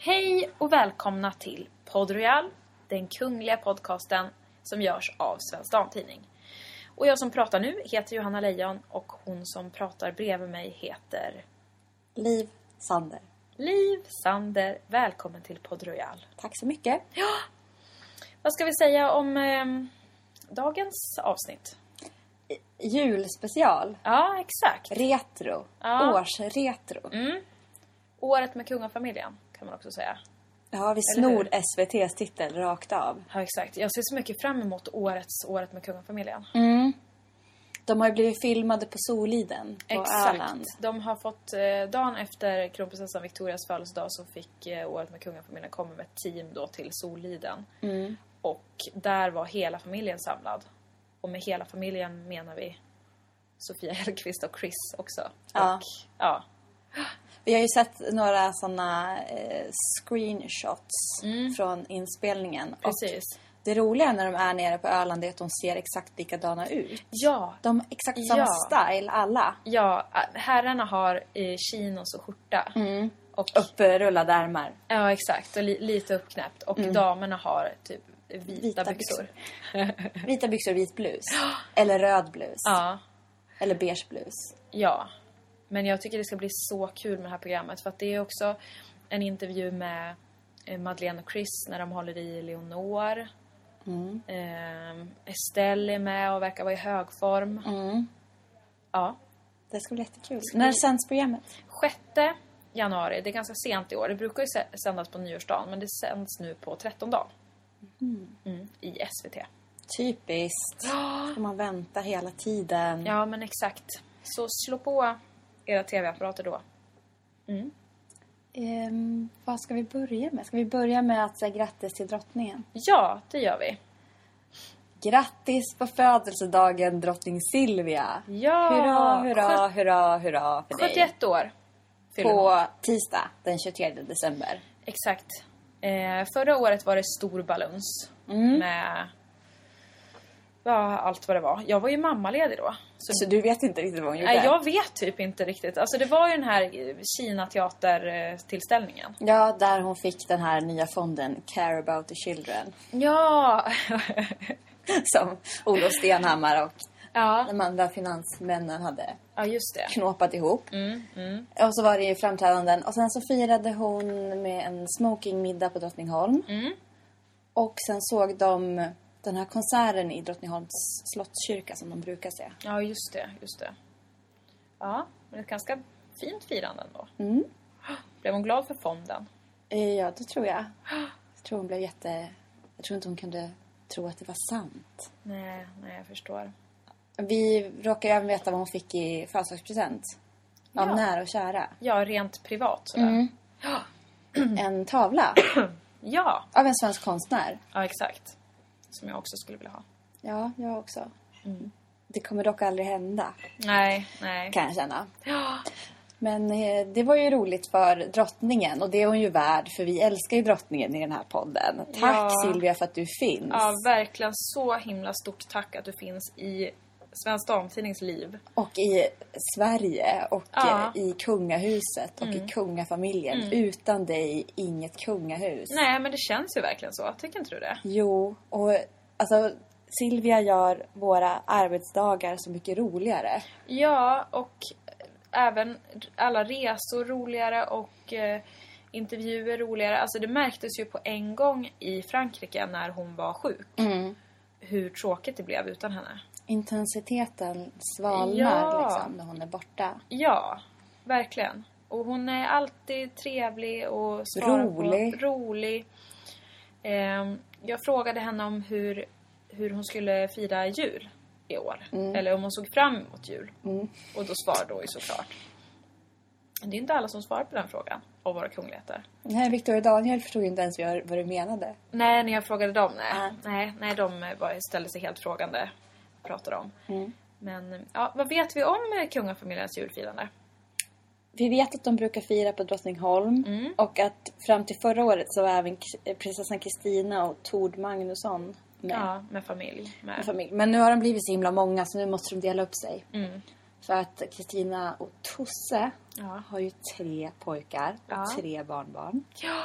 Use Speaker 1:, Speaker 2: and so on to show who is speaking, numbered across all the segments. Speaker 1: Hej och välkomna till Podd Royal, den kungliga podcasten som görs av Svensk Damtidning. Och jag som pratar nu heter Johanna Lejon och hon som pratar bredvid mig heter
Speaker 2: Liv Sander.
Speaker 1: Liv Sander. Välkommen till Podd Royal.
Speaker 2: Tack så mycket.
Speaker 1: Vad ska vi säga om ehm, dagens avsnitt?
Speaker 2: Julspecial.
Speaker 1: Ja, exakt.
Speaker 2: Retro.
Speaker 1: Ja. Mm.
Speaker 2: Årsretro.
Speaker 1: Året med kungafamiljen kan man också säga.
Speaker 2: Ja, vi
Speaker 1: Eller
Speaker 2: snor SVTs titel rakt av.
Speaker 1: Ja, exakt. Jag ser så mycket fram emot årets Året med kungafamiljen.
Speaker 2: De har ju blivit filmade på Soliden på Öland.
Speaker 1: De har fått, eh, dagen efter kronprinsessan Victorias födelsedag så fick eh, året med kungafamiljen komma med ett team då till Soliden.
Speaker 2: Mm.
Speaker 1: Och där var hela familjen samlad. Och med hela familjen menar vi Sofia Hellqvist och Chris också.
Speaker 2: Ja.
Speaker 1: Och, ja.
Speaker 2: Vi har ju sett några sådana eh, screenshots från inspelningen.
Speaker 1: Mm. Precis.
Speaker 2: Och det roliga när de är nere på Öland är att de ser exakt likadana ut.
Speaker 1: Ja,
Speaker 2: De har exakt
Speaker 1: Ja.
Speaker 2: samma style alla.
Speaker 1: ja, herrarna har eh, chinos och skjorta.
Speaker 2: Mm.
Speaker 1: Och,
Speaker 2: Upprullade ärmar.
Speaker 1: Ja, exakt. Och li, lite uppknäppt. Och damerna har typ vita,
Speaker 2: Mm. Vita
Speaker 1: byxor.
Speaker 2: Vita byxor, vit blus. Eller röd blus.
Speaker 1: Ja.
Speaker 2: Eller beige blus.
Speaker 1: Ja. Men jag tycker det ska bli så kul med det här programmet. För att det är också en intervju med eh, Madeleine och Chris när de håller i Leonor.
Speaker 2: Mm.
Speaker 1: Ehm, Estelle är med och verkar vara i hög form.
Speaker 2: Mm.
Speaker 1: Ja.
Speaker 2: Det ska bli jättekul. När sänds programmet?
Speaker 1: 6 januari, det är ganska sent i år. Det brukar ju sä- sändas på nyårsdagen men det sänds nu på 13 dagen. Mm, I SVT.
Speaker 2: Typiskt. Ska man vänta hela tiden?
Speaker 1: Ja men exakt. Så slå på era TV-apparater då.
Speaker 2: Ehm, vad ska vi börja med? Ska vi börja med att säga grattis till drottningen?
Speaker 1: Ja, det gör vi.
Speaker 2: Grattis på födelsedagen drottning Silvia!
Speaker 1: Ja!
Speaker 2: Hurra, hurra, hurra, hurra för dig!
Speaker 1: 71 år fyller hon.
Speaker 2: På tisdag den 23 december.
Speaker 1: Exakt. Eh, förra året var det stor balans med ja, allt vad det var. Jag var ju mammaledig då. Så,
Speaker 2: Så du vet inte riktigt vad hon gjorde?
Speaker 1: nej, jag vet typ inte riktigt. Alltså det var ju den här Kina-teatertillställningen.
Speaker 2: Ja, där hon fick den här nya fonden Care about the children.
Speaker 1: Ja!
Speaker 2: Som Olof Stenhammar och
Speaker 1: ja.
Speaker 2: de andra finansmännen hade
Speaker 1: ja, just det.
Speaker 2: knåpat ihop. Och så var det ju framträdanden. Och sen så firade hon med en smokingmiddag på Drottningholm. Och sen såg de den här konserten i Drottningholms slottskyrka som de brukar se.
Speaker 1: Ja, just det. Just det. Ja, men ett ganska fint firande ändå. Blev hon glad för fonden?
Speaker 2: Mm. Eh, Ja, det tror jag. Jag tror hon blev jätte... Jag tror inte hon kunde tro att det var sant.
Speaker 1: Nej, nej, jag förstår.
Speaker 2: Vi råkar ju även veta vad hon fick i födelsedagspresent. Av
Speaker 1: Ja.
Speaker 2: nära och kära.
Speaker 1: Ja, rent privat sådär.
Speaker 2: En tavla
Speaker 1: Ja,
Speaker 2: av en svensk konstnär.
Speaker 1: ja exakt. Som jag också skulle vilja ha.
Speaker 2: Ja, jag också. Det kommer dock aldrig hända.
Speaker 1: Nej, nej.
Speaker 2: kan jag känna. Men eh, det var ju roligt för drottningen och det är hon ju värd för vi älskar ju drottningen i den här podden. Tack
Speaker 1: Ja.
Speaker 2: Silvia för att du finns.
Speaker 1: Ja, verkligen så himla stort tack att du finns i Svensk Damtidnings liv.
Speaker 2: Och i Sverige och
Speaker 1: Ja. Mm.
Speaker 2: eh, i kungahuset och i kungafamiljen. Utan dig inget kungahus.
Speaker 1: Nej, men det känns ju verkligen så. Tycker inte du det?
Speaker 2: Jo, och alltså Silvia gör våra arbetsdagar så mycket roligare.
Speaker 1: Ja, och även alla resor roligare och eh, intervjuer roligare. Alltså det märktes ju på en gång i Frankrike när hon var sjuk. Hur tråkigt det blev utan henne.
Speaker 2: Intensiteten svalnar
Speaker 1: Ja.
Speaker 2: liksom när hon är borta.
Speaker 1: Ja. verkligen. Och hon är alltid trevlig och svarar
Speaker 2: Rolig.
Speaker 1: På, rolig. Ehm, jag frågade henne om hur, hur hon skulle fira jul i år. Eller om hon såg fram emot jul. Och då svarade hon ju såklart. Det är inte alla som svarar på den frågan av våra kungligheter.
Speaker 2: Nej, Victoria och Daniel förstod ju inte ens vad vad du menade.
Speaker 1: Nej, när jag frågade dem, nej. Nej, nej de eh, var, ställde sig helt frågande. Vad pratar de om? Men eh, ja, vad vet vi om eh, kungafamiljens julfirande?
Speaker 2: Vi vet att de brukar fira på Drottningholm
Speaker 1: Mm.
Speaker 2: och att fram till förra året så var även K- prinsessan Kristina och Tord Magnusson med.
Speaker 1: Ja, med familj. Med.
Speaker 2: i familj. Men nu har de blivit så himla många så nu måste de dela upp sig. För att Kristina och Tosse
Speaker 1: Mm. Ja.
Speaker 2: har ju tre pojkar och
Speaker 1: Ja.
Speaker 2: tre barnbarn.
Speaker 1: Ja,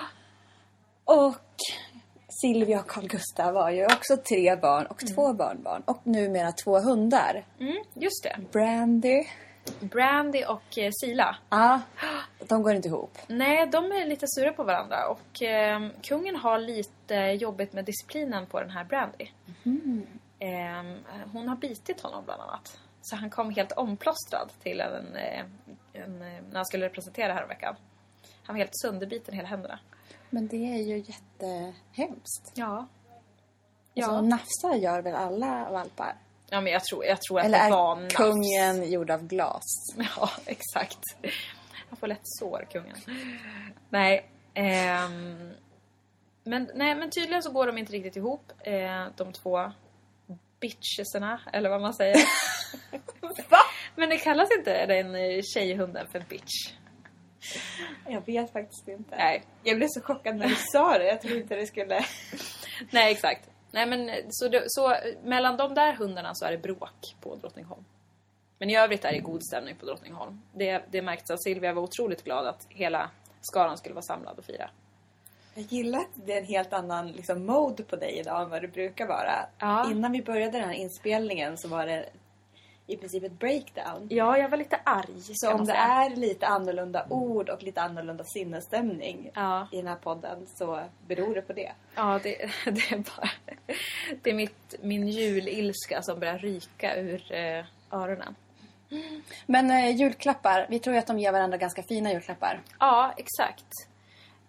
Speaker 2: Och Silvia och Carl Gustav har ju också tre barn och två barnbarn. Och numera två hundar.
Speaker 1: mm, just det.
Speaker 2: Brandy.
Speaker 1: Brandy och eh, Sila.
Speaker 2: Ja, de går inte ihop.
Speaker 1: Nej, de är lite sura på varandra och eh, kungen har lite jobbigt med disciplinen på den här Brandy. Eh, hon har bitit honom bland annat. Så han kom helt omplåstrad till en, eh, en, eh, när han skulle representera häromveckan. Han var helt sönderbiten i hela händerna.
Speaker 2: Men det är ju jättehemskt.
Speaker 1: Ja.
Speaker 2: Ja.
Speaker 1: Ja,
Speaker 2: nafsar gör väl alla valpar?
Speaker 1: Alltså, ja men jag tror, jag tror att
Speaker 2: Eller
Speaker 1: det var
Speaker 2: är
Speaker 1: nafs.
Speaker 2: kungen gjord av glas?
Speaker 1: Ja, exakt. Han får lätt sår, kungen. Nej. ehm, men, nej, men tydligen så går de inte riktigt ihop, eh, de två bitchesarna, eller vad man säger.
Speaker 2: Va?
Speaker 1: Men det kallas inte den eh, tjejhunden för bitch?
Speaker 2: Jag vet faktiskt inte.
Speaker 1: Nej.
Speaker 2: Jag blev så chockad när du sa det. Jag trodde inte det skulle...
Speaker 1: Nej, exakt. Nej, men eh, så, det, så eh, mellan de där hundarna så är det bråk på Drottningholm. Men i övrigt är det god stämning på Drottningholm. Det, det märktes att Silvia var otroligt glad att hela skaran skulle vara samlad och fira.
Speaker 2: Jag gillar att det är en helt annan liksom, mode på dig idag än vad det brukar vara.
Speaker 1: Ja.
Speaker 2: Innan vi började den här inspelningen så var det i princip ett breakdown.
Speaker 1: Ja, jag var lite arg.
Speaker 2: Så om det är lite annorlunda ord och lite annorlunda sinnesstämning
Speaker 1: Ja.
Speaker 2: i den här podden så beror det på det.
Speaker 1: Ja, det, det är bara... Det är mitt, min julilska som börjar ryka ur eh, öronen.
Speaker 2: Men eh, julklappar, vi tror ju att de ger varandra ganska fina julklappar.
Speaker 1: Ja, exakt.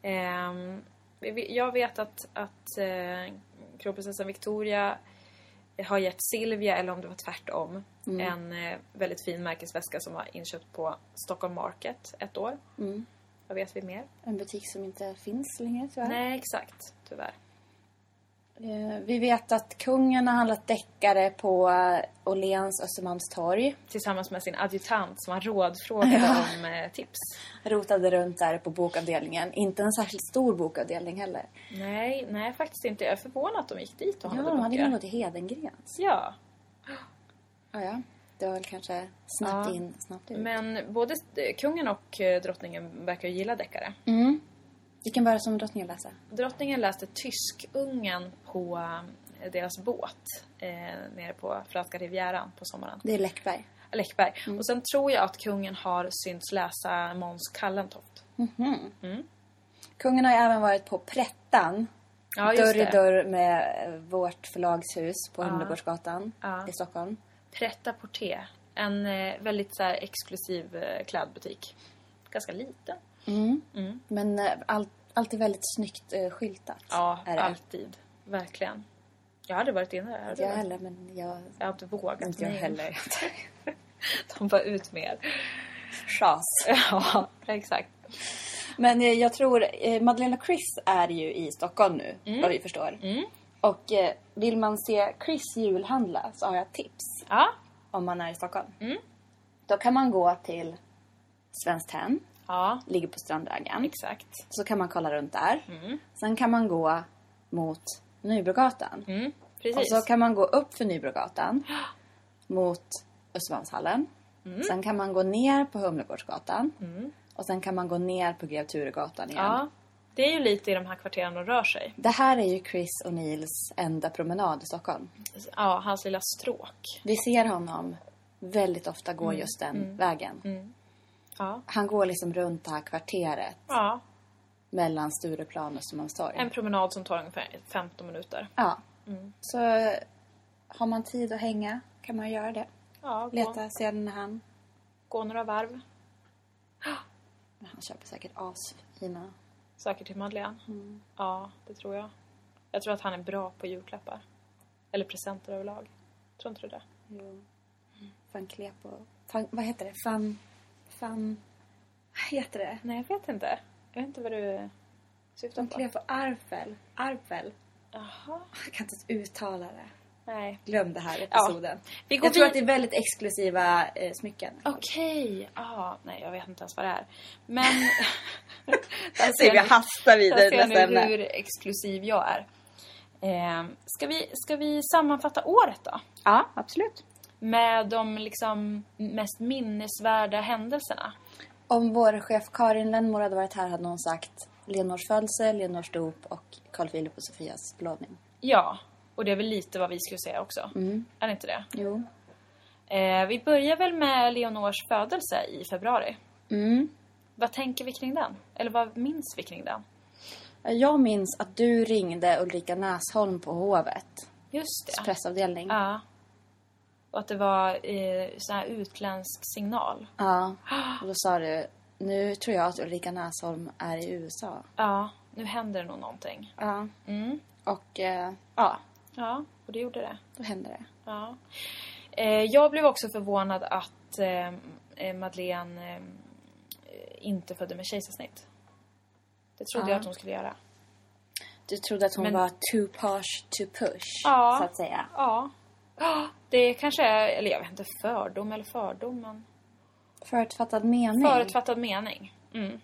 Speaker 1: Ehm, vi- vi- jag vet att, att eh, kronprinsessan Victoria har gett Silvia, eller om det var tvärtom, en eh, väldigt fin märkesväska som var inköpt på Stockholm Market ett år. Vad vet vi mer?
Speaker 2: En butik som inte finns längre tyvärr.
Speaker 1: Nej, exakt. Tyvärr.
Speaker 2: Eh, Vi vet att kungen har handlat deckare på eh, Åhléns Östermalmstorg.
Speaker 1: Tillsammans med sin adjutant som han rådfrågade om eh, tips.
Speaker 2: Rotade runt där på bokavdelningen. Inte en särskilt stor bokavdelning heller.
Speaker 1: Nej, nej faktiskt inte. Jag är förvånad att de gick dit och
Speaker 2: Ja,
Speaker 1: handlade
Speaker 2: de hade
Speaker 1: böcker.
Speaker 2: kunnat gå till Hedengrens.
Speaker 1: Ja,
Speaker 2: Ja, ja. Det var väl kanske snabbt
Speaker 1: Ja.
Speaker 2: in, snabbt ut.
Speaker 1: men både eh, kungen och eh, drottningen verkar ju gilla deckare.
Speaker 2: Mm. Vilken börja som drottningen läsa?
Speaker 1: Drottningen läste Tyskungen på eh, deras båt eh, nere på franska rivieran på sommaren.
Speaker 2: Det är Läckberg.
Speaker 1: Läckberg.
Speaker 2: Mm.
Speaker 1: Och sen tror jag att kungen har synts läsa Måns Kallentoft.
Speaker 2: Kungen har ju även varit på Prättan.
Speaker 1: Ja, just
Speaker 2: dörr i
Speaker 1: det.
Speaker 2: dörr med eh, vårt förlagshus på Humlegårdsgatan
Speaker 1: Ja.
Speaker 2: i Stockholm.
Speaker 1: Pret à porter. En eh, väldigt så här, exklusiv eh, klädbutik. Ganska liten.
Speaker 2: Men eh, allt, allt är väldigt snyggt eh, skyltat.
Speaker 1: Ja,
Speaker 2: är det.
Speaker 1: alltid. Verkligen. Jag hade varit inne där. hade
Speaker 2: Jag
Speaker 1: du?
Speaker 2: heller, men jag...
Speaker 1: Jag har inte vågat.
Speaker 2: Inte jag
Speaker 1: mig in.
Speaker 2: heller.
Speaker 1: De bara ut med er.
Speaker 2: Chas.
Speaker 1: Ja, exakt.
Speaker 2: Men eh, jag tror... Eh, Madeleine och Chris är ju i Stockholm nu,
Speaker 1: Mm.
Speaker 2: vad vi förstår. Och eh, vill man se Chris julhandla så har jag tips
Speaker 1: Ja,
Speaker 2: om man är i Stockholm.
Speaker 1: Mm.
Speaker 2: Då kan man gå till Svenskt Tenn,
Speaker 1: ja
Speaker 2: ligger på Strandvägen.
Speaker 1: exakt. Mm.
Speaker 2: Så kan man kolla runt där. Sen kan man gå mot Nybrogatan.
Speaker 1: Mm, precis.
Speaker 2: Och så kan man gå upp för Nybrogatan mot Östermalmshallen.
Speaker 1: Mm.
Speaker 2: Sen kan man gå ner på Humlegårdsgatan. Och sen kan man gå ner på Grev Turegatan igen.
Speaker 1: ja. Det är ju lite i de här kvarteren de rör sig.
Speaker 2: Det här är ju Chris och Nils enda promenad i Stockholm.
Speaker 1: Ja, hans lilla stråk.
Speaker 2: Vi ser honom väldigt ofta gå
Speaker 1: Mm.
Speaker 2: just den vägen.
Speaker 1: Ja.
Speaker 2: Han går liksom runt det här kvarteret
Speaker 1: ja.
Speaker 2: mellan Stureplan och Östermalmstorg.
Speaker 1: En Mm. promenad som tar ungefär 15 minuter.
Speaker 2: Ja. Så har man tid att hänga kan man göra det.
Speaker 1: Ja, gå,
Speaker 2: Leta sedan han.
Speaker 1: gå några varv.
Speaker 2: Han köper säkert asfina.
Speaker 1: Säkert till Madeleine.
Speaker 2: Mm.
Speaker 1: Ja, det tror jag. Jag tror att han är bra på julklappar. Eller presenter överlag. Tror inte du det?
Speaker 2: Jo. Fan Klepo. Fan, vad heter det? Fan... Fan... Vad heter det?
Speaker 1: Nej, jag vet inte. Jag vet inte vad du syftar
Speaker 2: Fan
Speaker 1: på.
Speaker 2: Klepo Arfel. Arfel.
Speaker 1: Jaha.
Speaker 2: Jag kan inte ens uttala det.
Speaker 1: Nej.
Speaker 2: Glöm det här episoden.
Speaker 1: Vi går
Speaker 2: Jag tror
Speaker 1: vid-
Speaker 2: att det är väldigt exklusiva eh, smycken.
Speaker 1: Okej. Ah, nej, jag vet inte ens vad det är. Men... där
Speaker 2: Ser vi
Speaker 1: ni-
Speaker 2: hastar vidare
Speaker 1: där
Speaker 2: till
Speaker 1: ser
Speaker 2: nästa
Speaker 1: ni
Speaker 2: ämne.
Speaker 1: hur exklusiv jag är. Eh, ska, vi, ska vi sammanfatta året då?
Speaker 2: Ja, absolut.
Speaker 1: Med de liksom mest minnesvärda händelserna.
Speaker 2: Om vår chef Karin Lennmor hade varit här hade hon sagt Lenors födelse, Lenors dop och Carl Philip och Sofias förlovning.
Speaker 1: Ja, och det är väl lite vad vi skulle säga också.
Speaker 2: Mm.
Speaker 1: Är det inte det?
Speaker 2: Jo.
Speaker 1: Eh, vi börjar väl med Leonors födelse i februari.
Speaker 2: Mm.
Speaker 1: Vad tänker vi kring den? Eller vad minns vi kring den?
Speaker 2: Jag minns att du ringde Ulrika Näsholm på hovet.
Speaker 1: Just det.
Speaker 2: Pressavdelning.
Speaker 1: Ja. Och att det var eh, sån här utländsk signal.
Speaker 2: Ja. Och då sa du, nu tror jag att Ulrika Näsholm är i USA.
Speaker 1: Ja, nu händer det nog någonting.
Speaker 2: Ja.
Speaker 1: Mm.
Speaker 2: Och eh, ja,
Speaker 1: Ja, och det gjorde det.
Speaker 2: då hände det.
Speaker 1: Ja. Eh, jag blev också förvånad att eh, eh, Madeleine eh, inte födde med kejsarsnitt. Det trodde
Speaker 2: Ja.
Speaker 1: jag att hon skulle göra.
Speaker 2: Du trodde att hon
Speaker 1: Men-
Speaker 2: var too posh to push,
Speaker 1: Ja.
Speaker 2: så att säga.
Speaker 1: Ja. Ja, Det kanske är, eller jag vet inte, fördom eller fördom, men
Speaker 2: Förutfattad mening.
Speaker 1: förutfattad mening. Mm.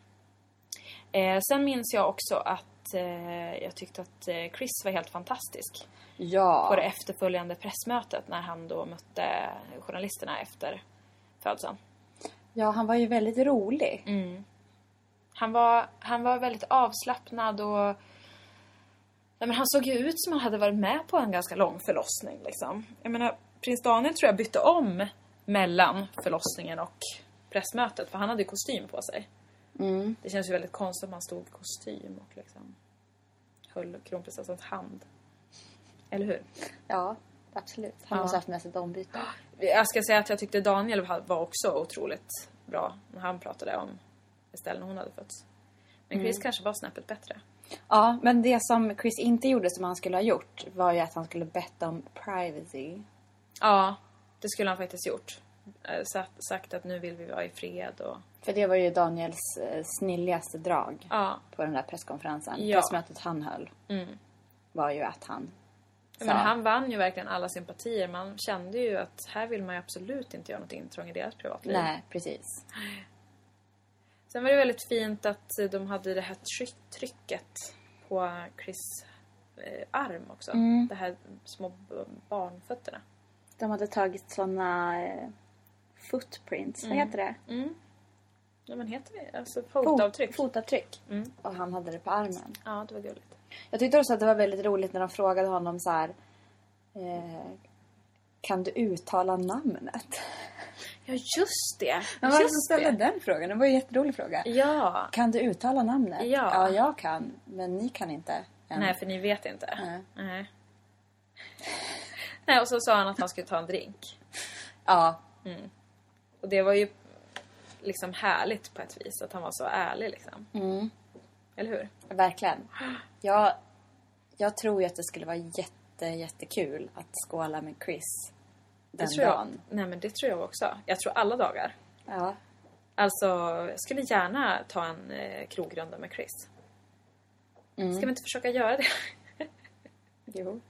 Speaker 1: Eh, sen minns jag också att eh, jag tyckte att eh, Chris var helt fantastisk
Speaker 2: ja.
Speaker 1: på det efterföljande pressmötet när han då mötte journalisterna efter födseln.
Speaker 2: Ja, han var ju väldigt rolig.
Speaker 1: Han var, han var väldigt avslappnad och... Nej, men han såg ju ut som han hade varit med på en ganska lång förlossning. Liksom. Jag menar, prins Daniel tror jag bytte om mellan förlossningen och pressmötet för han hade ju kostym på sig. Det känns ju väldigt konstigt om han stod i kostym och liksom höll kronprinsessans hand. Eller hur?
Speaker 2: Ja, absolut. Han
Speaker 1: Ja.
Speaker 2: måste ha haft med sig ett ombyte.
Speaker 1: Jag ska säga att jag tyckte Daniel var också otroligt bra när han pratade om Estelle när hon hade fötts. Men Chris kanske var snäppet bättre.
Speaker 2: Ja, men det som Chris inte gjorde som han skulle ha gjort var ju att han skulle bett om privacy.
Speaker 1: Ja, det skulle han faktiskt gjort. Eh, Sagt, sagt att nu vill vi vara i fred och...
Speaker 2: För det var ju Daniels eh, snilligaste drag
Speaker 1: Ja.
Speaker 2: på den där presskonferensen.
Speaker 1: Ja.
Speaker 2: Pressmötet han höll var ju att han sa,
Speaker 1: Men han vann ju verkligen alla sympatier. Man kände ju att här vill man ju absolut inte göra något intrång i deras privatliv.
Speaker 2: Nej, precis.
Speaker 1: Sen var det väldigt fint att eh, de hade det här tryck, trycket på Chris eh, arm också. Det här små b- barnfötterna.
Speaker 2: De hade tagit såna eh, footprints, vad heter det?
Speaker 1: Ja, men heter det? Alltså
Speaker 2: Fot-
Speaker 1: fotavtryck.
Speaker 2: Fotavtryck. Mm. Och han hade det på armen.
Speaker 1: Ja, det var gulligt.
Speaker 2: Jag tyckte också att det var väldigt roligt när de frågade honom så här. Eh, kan du uttala namnet?
Speaker 1: Ja, just det!
Speaker 2: Men vad som
Speaker 1: Just
Speaker 2: ställde
Speaker 1: det.
Speaker 2: den frågan? Det var ju en jätterolig fråga.
Speaker 1: Ja.
Speaker 2: Kan du uttala namnet?
Speaker 1: Ja.
Speaker 2: ja, jag kan. Men ni kan inte. än.
Speaker 1: Nej, för ni vet inte.
Speaker 2: Nej.
Speaker 1: Nej. Nej, och så sa han att han skulle ta en drink.
Speaker 2: Ja,
Speaker 1: Och det var ju liksom härligt på ett vis att han var så ärlig liksom.
Speaker 2: Mm.
Speaker 1: Eller hur?
Speaker 2: verkligen. Jag, jag tror ju att det skulle vara jätte, jättekul att skåla med Chris den
Speaker 1: det tror jag.
Speaker 2: dagen.
Speaker 1: Nej, men det tror jag också. Jag tror alla dagar.
Speaker 2: Ja.
Speaker 1: Alltså, jag skulle gärna ta en eh, krogrunda med Chris.
Speaker 2: Mm.
Speaker 1: Ska vi inte försöka göra det?
Speaker 2: Jo.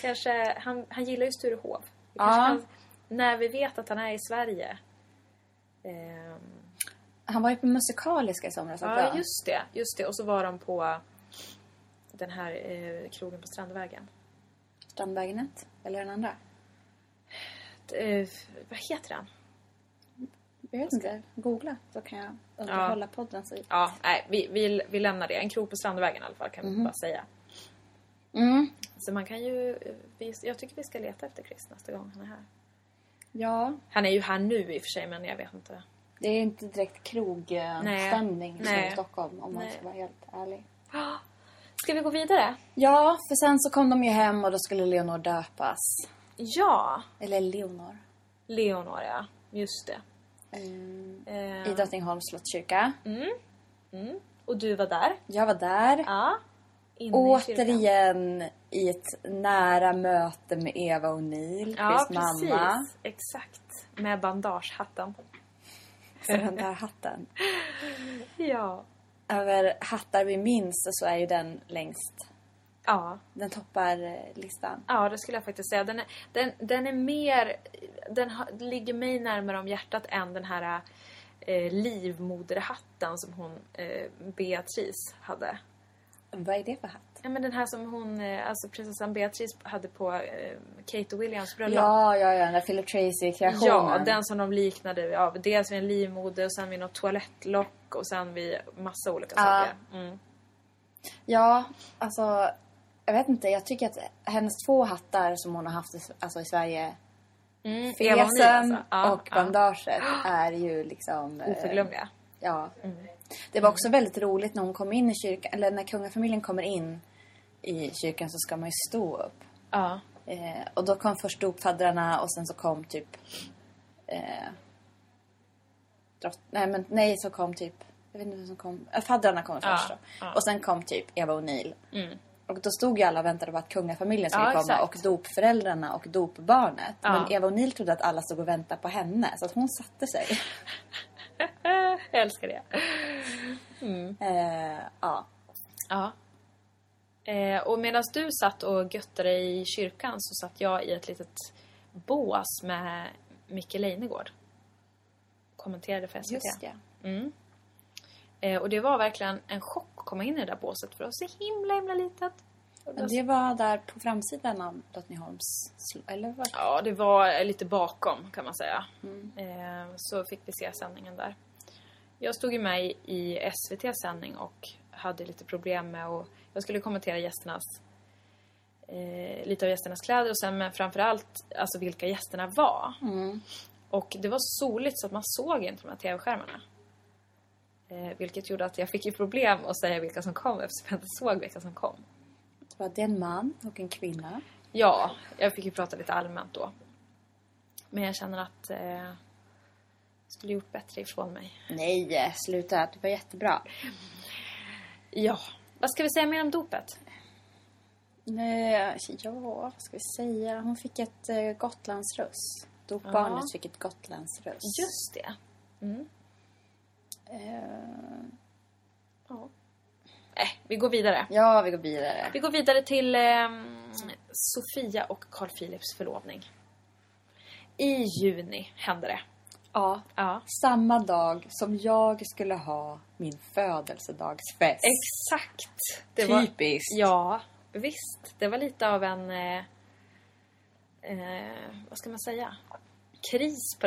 Speaker 1: Kanske, han, han gillar ju Sturehov. Det
Speaker 2: Ja.
Speaker 1: kanske Han, när vi vet att han är i Sverige. Ehm,
Speaker 2: Han var ju på musikaliska i somras också.
Speaker 1: Ja, just det. Just det. Och så var de på den här eh, krogen på Strandvägen.
Speaker 2: Strandvägenet. Eller den andra.
Speaker 1: Eh, vad heter den?
Speaker 2: Jag vet inte. Googla så kan jag underhålla podden. Så...
Speaker 1: Ja, nej, vi, vi, vi lämnar det. En krog på Strandvägen i alla fall kan vi
Speaker 2: Mhm.
Speaker 1: bara säga.
Speaker 2: Mm.
Speaker 1: Så man kan ju... eh, Vi, jag tycker vi ska leta efter Chris nästa gång han är här.
Speaker 2: Ja,
Speaker 1: Han är ju här nu i och för sig, men jag vet inte.
Speaker 2: det är inte direkt krogstämning just nu i
Speaker 1: Nej.
Speaker 2: Stockholm om man
Speaker 1: Nej.
Speaker 2: ska vara helt ärlig.
Speaker 1: Ska vi gå vidare?
Speaker 2: Ja, för sen så kom de ju hem och då skulle Leonor döpas.
Speaker 1: Ja,
Speaker 2: Eller Leonor.
Speaker 1: Leonor ja. Just det. Eh,
Speaker 2: I Drottningholms slottskyrka.
Speaker 1: mm. Och du var där.
Speaker 2: Jag var där.
Speaker 1: Ja. Inne i kyrkan.
Speaker 2: Återigen i ett nära möte med Eva O'Neill,
Speaker 1: Ja,
Speaker 2: Chris
Speaker 1: precis.
Speaker 2: mamma.
Speaker 1: Exakt. Med bandagehatten.
Speaker 2: För den där hatten.
Speaker 1: Ja.
Speaker 2: Över hattar vi minns så är ju den längst.
Speaker 1: Ja.
Speaker 2: Den toppar eh, listan.
Speaker 1: Ja, det skulle jag faktiskt säga. Den är, den, den är mer... Den har, ligger mig närmare om hjärtat än den här eh, livmoderhatten som hon, eh, Beatrice, hade.
Speaker 2: Vad är det för hatt?
Speaker 1: Ja, men den här som hon, eh, alltså prinsessan Beatrice hade på eh, Kate och Williams bröllop.
Speaker 2: Ja, ja, ja, den där Philip Tracy-kreationen.
Speaker 1: Ja, den som de liknade av dels vid en livmoder och sen vid något toalettlock och sen vid massa olika
Speaker 2: Ja.
Speaker 1: saker. Mm.
Speaker 2: Ja, alltså... Jag vet inte, jag tycker att hennes två hattar som hon har haft i, alltså, i Sverige,
Speaker 1: Mm. Eva Hornin,
Speaker 2: fesen
Speaker 1: alltså. Ja,
Speaker 2: och
Speaker 1: ja.
Speaker 2: bandaget, är ju liksom... eh,
Speaker 1: Oförglömliga.
Speaker 2: Ja.
Speaker 1: Mm.
Speaker 2: Det var också väldigt roligt när hon kom in i kyrkan, eller när kungafamiljen kommer in i kyrkan så ska man ju stå upp.
Speaker 1: Ja.
Speaker 2: Eh, och då kom först dopfaddrarna och sen så kom typ... Eh, drott, nej, men nej, så kom typ... Jag vet inte vem som kom. Äh, faddrarna kom
Speaker 1: Ja,
Speaker 2: först då.
Speaker 1: ja.
Speaker 2: Och sen kom typ Eva O'Neill.
Speaker 1: Mm.
Speaker 2: Och då stod ju alla och väntade på att kungafamiljen skulle
Speaker 1: Ja,
Speaker 2: komma
Speaker 1: exakt.
Speaker 2: och dopföräldrarna och dopbarnet.
Speaker 1: Ja.
Speaker 2: Men Eva O'Neill trodde att alla stod och väntade på henne så att hon satte sig.
Speaker 1: Eh, Jag älskar det.
Speaker 2: Eh, ja.
Speaker 1: Ja. Eh, och medan du satt och göttade dig i kyrkan så satt jag i ett litet bås med Micke Leijnegård. Kommenterade för SVT.
Speaker 2: Just det.
Speaker 1: Mm. Eh, och det var verkligen en chock att komma in i det där båset för det var så himla himla litet. Och
Speaker 2: Men
Speaker 1: då-
Speaker 2: det var där på framsidan av Drottningholms sl- eller vad?
Speaker 1: Ja, det var eh, lite bakom kan man säga. Eh, så fick vi se sändningen där. Jag stod ju med i- i SVTs sändning och hade lite problem med att... Jag skulle kommentera gästernas... Eh, lite av gästernas kläder och sen men framförallt alltså vilka gästerna var. Och det var soligt så att man såg inte de här TV-skärmarna. Eh, vilket gjorde att jag fick ju problem att säga vilka som kom eftersom jag inte såg vilka som kom.
Speaker 2: Det var det en man och en kvinna.
Speaker 1: Ja, jag fick ju prata lite allmänt då. Men jag känner att eh, jag skulle gjort bättre ifrån mig.
Speaker 2: Nej, sluta. Det var jättebra.
Speaker 1: Ja. Vad ska vi säga mer om dopet?
Speaker 2: Nej, ja, vad ska vi säga? Hon fick ett eh, Gotlandsruss. Dopbarnet
Speaker 1: Ja.
Speaker 2: fick ett Gotlandsruss.
Speaker 1: Just det. Mm.
Speaker 2: Eh,
Speaker 1: Ja. Eh, vi går vidare.
Speaker 2: ja, vi går vidare.
Speaker 1: Vi går vidare till eh, Sofia och Carl Philips förlovning. I juni hände det.
Speaker 2: Ja.
Speaker 1: Ja.
Speaker 2: Samma dag som jag skulle ha min födelsedagsfest.
Speaker 1: Exakt.
Speaker 2: Typ. Typiskt.
Speaker 1: Var, ja, visst. Det var lite av en... Eh, eh, vad ska man säga? Kris på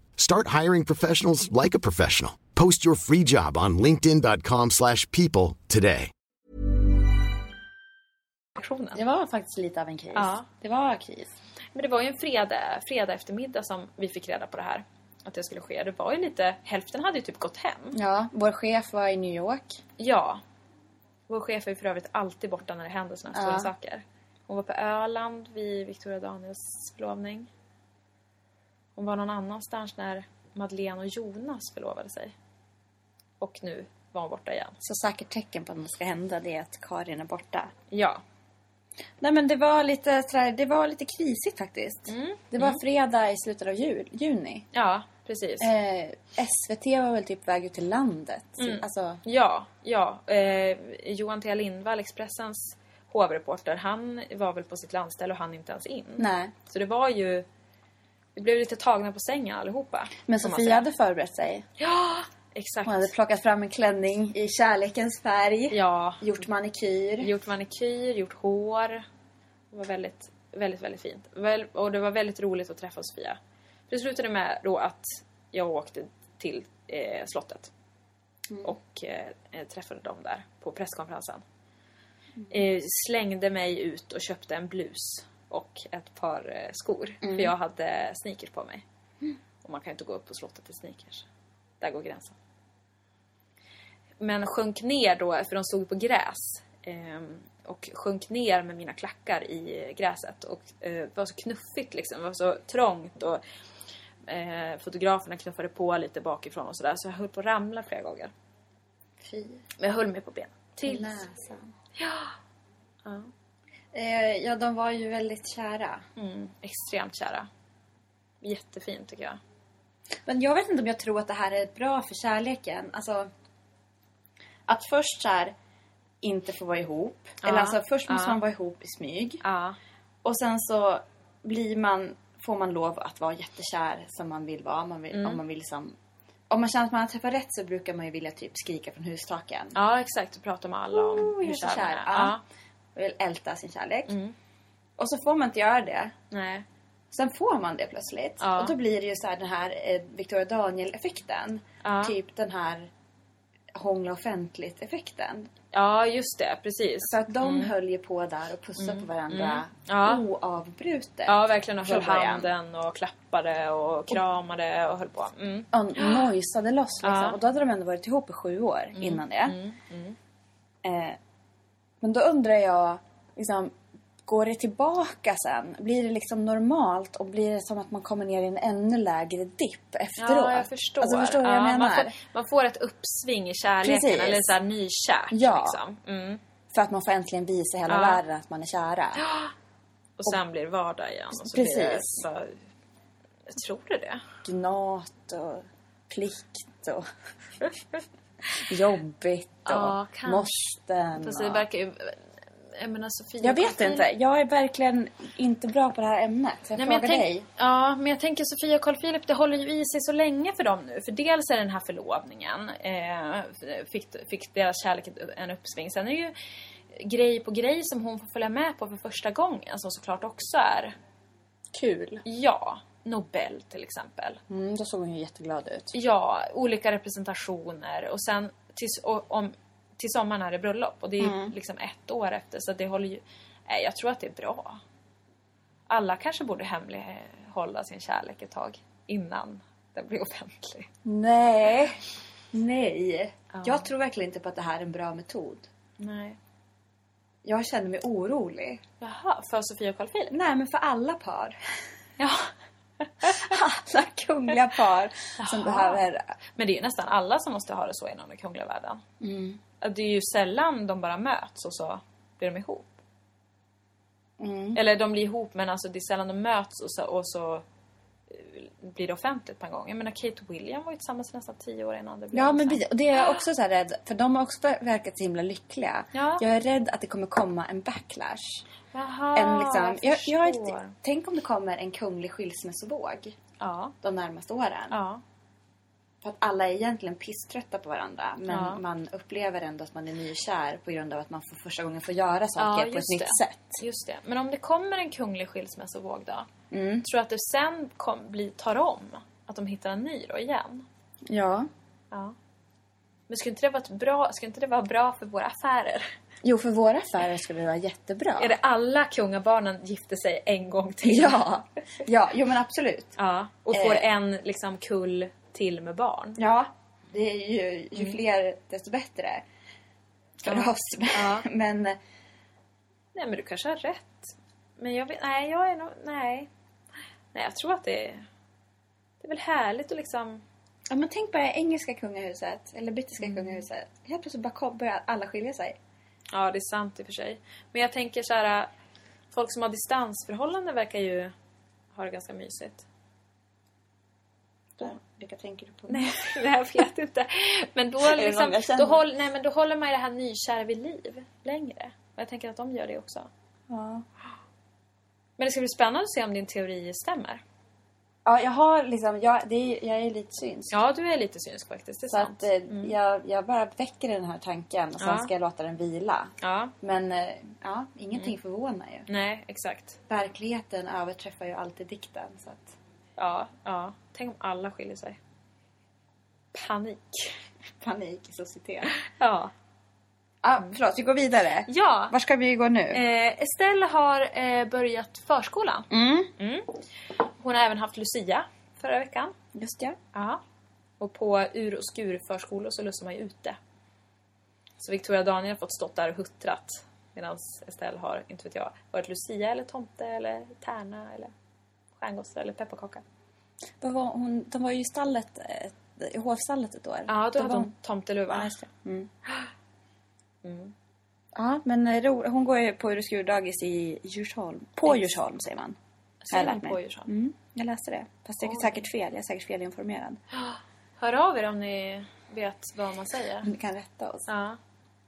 Speaker 3: Start hiring professionals like a professional. Post your free job on linkedin.com/people slash people today.
Speaker 1: redaktionen.
Speaker 2: Det var faktiskt lite av en kris.
Speaker 1: Ja.
Speaker 2: Det var kris.
Speaker 1: Men det var ju en fredag, fredag eftermiddag som vi fick reda på det här. Att det skulle ske. Det var ju lite... Hälften hade ju typ gått hem.
Speaker 2: Ja, vår chef var i New York.
Speaker 1: Ja. Vår chef är för övrigt alltid borta när det händer såna här
Speaker 2: Ja.
Speaker 1: stora saker. Hon var på Öland vid Victoria Daniels förlovning. Hon var någon annanstans när Madeleine och Jonas förlovade sig. Och nu var hon borta igen.
Speaker 2: Så säkert tecken på att något ska hända det är att Karin är borta.
Speaker 1: Ja.
Speaker 2: Nej men det var
Speaker 1: Mm.
Speaker 2: lite, sådär, det var lite krisigt faktiskt. Det var fredag i slutet av jul, juni.
Speaker 1: Ja. precis.
Speaker 2: Eh, SVT var väl typ Väg ut till landet?
Speaker 1: Mm.
Speaker 2: Alltså,
Speaker 1: Ja, ja. Eh, Johan T. Lindvall, Expressens hovreporter, han var väl på sitt landställe och han inte ens in.
Speaker 2: nej.
Speaker 1: Så det var ju... Vi blev lite tagna på sängen allihopa.
Speaker 2: Men
Speaker 1: får man
Speaker 2: Sofia
Speaker 1: säga.
Speaker 2: hade förberett sig.
Speaker 1: Ja, exakt.
Speaker 2: Hon hade plockat fram en klänning i kärlekens färg.
Speaker 1: Ja,
Speaker 2: Gjort manikyr.
Speaker 1: gjort manikyr, gjort hår. Det var väldigt, väldigt, väldigt fint. Väl- Och det var väldigt roligt att träffa Sofia. För det slutade med då att jag åkte till eh, slottet. Och eh, träffade dem där på presskonferensen. Eh, slängde mig ut och köpte en blus och ett par eh, skor. För jag hade sneakers på mig. Och man kan ju inte gå upp på slottet i sneakers. Där går gränsen. Men sjönk ner då, för de stod på gräs. ehm, Och sjönk ner med mina klackar i gräset. Och eh, det var så knuffigt liksom. Det var så trångt och eh, fotograferna knuffade på lite bakifrån och sådär. Så jag höll på att ramla flera gånger.
Speaker 2: Fy,
Speaker 1: Men jag höll mig på benen. Tills...
Speaker 2: näsan.
Speaker 1: Ja.
Speaker 2: Eh, ja, de var ju väldigt kära.
Speaker 1: Mm, extremt kära. Jättefint tycker jag.
Speaker 2: Men jag vet inte om jag tror att det här är bra för kärleken. Alltså, att först så här inte få vara ihop.
Speaker 1: Ja,
Speaker 2: Eller alltså först måste
Speaker 1: ja.
Speaker 2: man vara ihop i smyg.
Speaker 1: Ja,
Speaker 2: Och sen så blir man, får man lov att vara jättekär som man vill vara. Om man, vill,
Speaker 1: Mm.
Speaker 2: om man vill liksom... Om man känner att man har träffat rätt så brukar man ju vilja typ skrika från hustaken.
Speaker 1: ja exakt. Du pratar med alla om
Speaker 2: Oh, jag
Speaker 1: hur
Speaker 2: är så
Speaker 1: kär man är.
Speaker 2: kär. Ja.
Speaker 1: Ja.
Speaker 2: Och vill älta sin kärlek.
Speaker 1: Mm.
Speaker 2: Och så får man inte göra det.
Speaker 1: Nej.
Speaker 2: Sen får man det plötsligt.
Speaker 1: Ja.
Speaker 2: Och då blir det ju så här den här eh, Victoria Daniel-effekten.
Speaker 1: Ja.
Speaker 2: Typ den här hångla offentligt-effekten.
Speaker 1: Ja, just det. Precis.
Speaker 2: Så att de höll ju på där och pussade på varandra
Speaker 1: Mm. Ja.
Speaker 2: oavbrutet.
Speaker 1: Ja, verkligen. Och
Speaker 2: från
Speaker 1: höll
Speaker 2: början.
Speaker 1: handen och klappade och kramade och höll på. Mm.
Speaker 2: Ja, nojsade loss liksom.
Speaker 1: Ja. Mm.
Speaker 2: Och då hade de ändå varit ihop i sju år innan det. Eh, men då undrar jag, liksom, går det tillbaka sen? Blir det liksom normalt och blir det som att man kommer ner i en ännu lägre dipp efteråt?
Speaker 1: Ja, jag förstår.
Speaker 2: Alltså, förstår du vad jag
Speaker 1: Ja,
Speaker 2: menar?
Speaker 1: Man får, man får ett uppsving i kärleken,
Speaker 2: Precis.
Speaker 1: eller så här nykärt.
Speaker 2: Ja.
Speaker 1: Liksom. Mm.
Speaker 2: För att man får äntligen visa hela
Speaker 1: Ja.
Speaker 2: världen att man är kära.
Speaker 1: Och sen blir det vardag igen. Och så
Speaker 2: Precis.
Speaker 1: Blir det, så, jag tror det det.
Speaker 2: Gnat och plikt och jobbigt och
Speaker 1: Ja, kanske.
Speaker 2: måsten.
Speaker 1: Fast
Speaker 2: och-
Speaker 1: det verkar ju... Jag menar Sofia...
Speaker 2: Jag vet inte. Jag är verkligen inte bra på det här ämnet. Jag
Speaker 1: Nej, men
Speaker 2: frågar
Speaker 1: jag tänk,
Speaker 2: dig.
Speaker 1: Ja, men jag tänker Sofia och Carl Philip, det håller ju i sig så länge för dem nu. För dels är den här förlovningen, eh, fick, fick deras kärlek ett- en uppsving. Sen är det ju grej på grej som hon får följa med på för första gången, som såklart också är,
Speaker 2: Kul.
Speaker 1: ja, Nobel till exempel.
Speaker 2: Mm, då såg hon ju jätteglad ut.
Speaker 1: Ja, olika representationer och sen till, och, om, till sommaren är det bröllop och det är liksom ett år efter så det håller ju... Nej, jag tror att det är bra. Alla kanske borde hemlighålla sin kärlek ett tag innan den blir offentlig.
Speaker 2: Nej. Nej. Jag tror verkligen inte på att det här är en bra metod.
Speaker 1: Nej.
Speaker 2: Jag känner mig orolig.
Speaker 1: Jaha, för Sofia och Carl Philip?
Speaker 2: Nej, men för alla par.
Speaker 1: Ja.
Speaker 2: Alla kungliga par som behöver...
Speaker 1: Men det är ju nästan alla som måste ha det så inom den kungliga världen.
Speaker 2: Mm.
Speaker 1: Att Det är ju sällan de bara möts och så blir de ihop.
Speaker 2: Mm.
Speaker 1: Eller de blir ihop men alltså det är sällan de möts och så, och så eh, blir det offentligt på en gång. Jag menar Kate och William var ju tillsammans i nästan tio år innan det blev
Speaker 2: Ja, men
Speaker 1: offentligt.
Speaker 2: precis. och det är jag också så här rädd för. De har också verkat så himla lyckliga.
Speaker 1: Ja.
Speaker 2: Jag är rädd att det kommer komma en backlash.
Speaker 1: Jaha,
Speaker 2: en liksom, jag, jag,
Speaker 1: förstår.
Speaker 2: tänk om det kommer en kunglig skilsmässovåg
Speaker 1: Ja,
Speaker 2: de närmaste åren.
Speaker 1: ja.
Speaker 2: För att alla är egentligen pisströtta på varandra. Men
Speaker 1: Ja.
Speaker 2: man upplever ändå att man är nykär på grund av att man för första gången får göra saker på ett
Speaker 1: just
Speaker 2: nytt
Speaker 1: det.
Speaker 2: sätt.
Speaker 1: Just det. Men om det kommer en kunglig skilsmässovåg då?
Speaker 2: Mm.
Speaker 1: Tror du att det sen kom, blir, tar om? Att de hittar en ny då igen?
Speaker 2: Ja.
Speaker 1: Ja. Men skulle inte det vara, ett bra, skulle inte det vara bra för våra affärer?
Speaker 2: Jo, för våra affärer skulle det vara jättebra.
Speaker 1: Är det alla kungabarnen gifter sig en gång till?
Speaker 2: Ja. ja, jo men absolut.
Speaker 1: ja. Och får
Speaker 2: Eh.
Speaker 1: en liksom kull till med barn?
Speaker 2: Ja, det är ju, ju fler desto bättre. För
Speaker 1: Mm. Ja.
Speaker 2: oss.
Speaker 1: Ja.
Speaker 2: Men
Speaker 1: Nej men du kanske har rätt. Men jag vet, nej jag är nog, nej. Nej jag tror att det är, det är väl härligt att liksom,
Speaker 2: Ja, men tänk bara engelska kungahuset, eller brittiska
Speaker 1: Mm.
Speaker 2: kungahuset. Helt plötsligt bara kom- börjar alla skilja sig.
Speaker 1: ja det är sant i och för sig. Men jag tänker så här, folk som har distansförhållanden verkar ju ha det ganska mysigt.
Speaker 2: efter? Vilka tänker du på?
Speaker 1: Nej, det här vet jag inte. Men då,
Speaker 2: det
Speaker 1: liksom,
Speaker 2: någon jag
Speaker 1: då,
Speaker 2: känner?
Speaker 1: håll, nej, men då håller man ju det här nykära vid liv längre. Och jag tänker att de gör det också.
Speaker 2: Ja.
Speaker 1: Men det ska bli spännande att se om din teori stämmer.
Speaker 2: ja, jag har liksom... Jag, det är, jag är lite synsk.
Speaker 1: Ja, du är lite synsk faktiskt. Det är
Speaker 2: Så
Speaker 1: sant.
Speaker 2: att eh, jag, jag bara väcker den här tanken och sen
Speaker 1: Ja.
Speaker 2: ska jag låta den vila.
Speaker 1: Ja,
Speaker 2: Men eh, ja, ingenting förvånar ju.
Speaker 1: nej, exakt.
Speaker 2: Verkligheten överträffar ju alltid dikten. Så att,
Speaker 1: Ja, ja. Tänk om alla skiljer sig. Panik.
Speaker 2: panik i societet.
Speaker 1: Ja.
Speaker 2: Ah, förlåt, vi går vidare.
Speaker 1: Ja.
Speaker 2: Var ska vi gå nu?
Speaker 1: Eh, Estelle har eh, börjat förskolan. Mm. Hon har även haft Lucia förra veckan.
Speaker 2: Just ja.
Speaker 1: Ja. Och på ur och skur förskolor så lussar man ju ute. Så Victoria och Daniel har fått stått där och huttrat. Medan Estelle har, inte vet jag, varit Lucia eller tomte eller tärna eller stjärngosse eller pepparkaka.
Speaker 2: Då var hon, de var ju i stallet, eh, i hovstallet ett år.
Speaker 1: Ja, då,
Speaker 2: var
Speaker 1: hade hon tomteluva.
Speaker 2: Ja, just det. Mm.
Speaker 1: Mm.
Speaker 2: Ja, men eh, ro, hon går ju på Ureskurdagis i Djursholm. På Djursholm säger man.
Speaker 1: Så
Speaker 2: har jag
Speaker 1: är
Speaker 2: lärt
Speaker 1: hon
Speaker 2: mig.
Speaker 1: på Djursholm.
Speaker 2: Mm, jag läste det. Fast jag är
Speaker 1: Oj.
Speaker 2: säkert fel. Jag är säkert felinformerad.
Speaker 1: Hör av er om ni vet vad man säger.
Speaker 2: Ni kan rätta oss.
Speaker 1: Ja.